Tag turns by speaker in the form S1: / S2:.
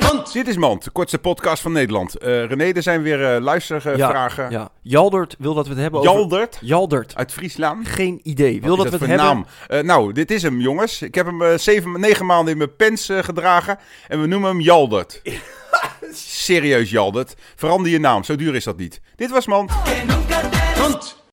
S1: Mand.
S2: Dit is Mand, de kortste podcast van Nederland. Eh René, er zijn weer eh, luistervragen.
S1: Ja. Jaldert wil dat we het hebben over...
S2: Jaldert
S1: Jaldert.
S2: uit Friesland.
S1: Geen idee. Wil
S2: Wat
S1: dat
S2: is
S1: we
S2: dat
S1: het
S2: voor
S1: hebben...
S2: naam? Eh, nou, dit is hem, jongens. Ik heb hem eh, zeven, negen maanden in mijn pens eh, gedragen en we noemen hem Jaldert. Serieus, Jaldert. Verander je naam, zo duur is dat niet. Dit was Mand.
S3: que nunca te...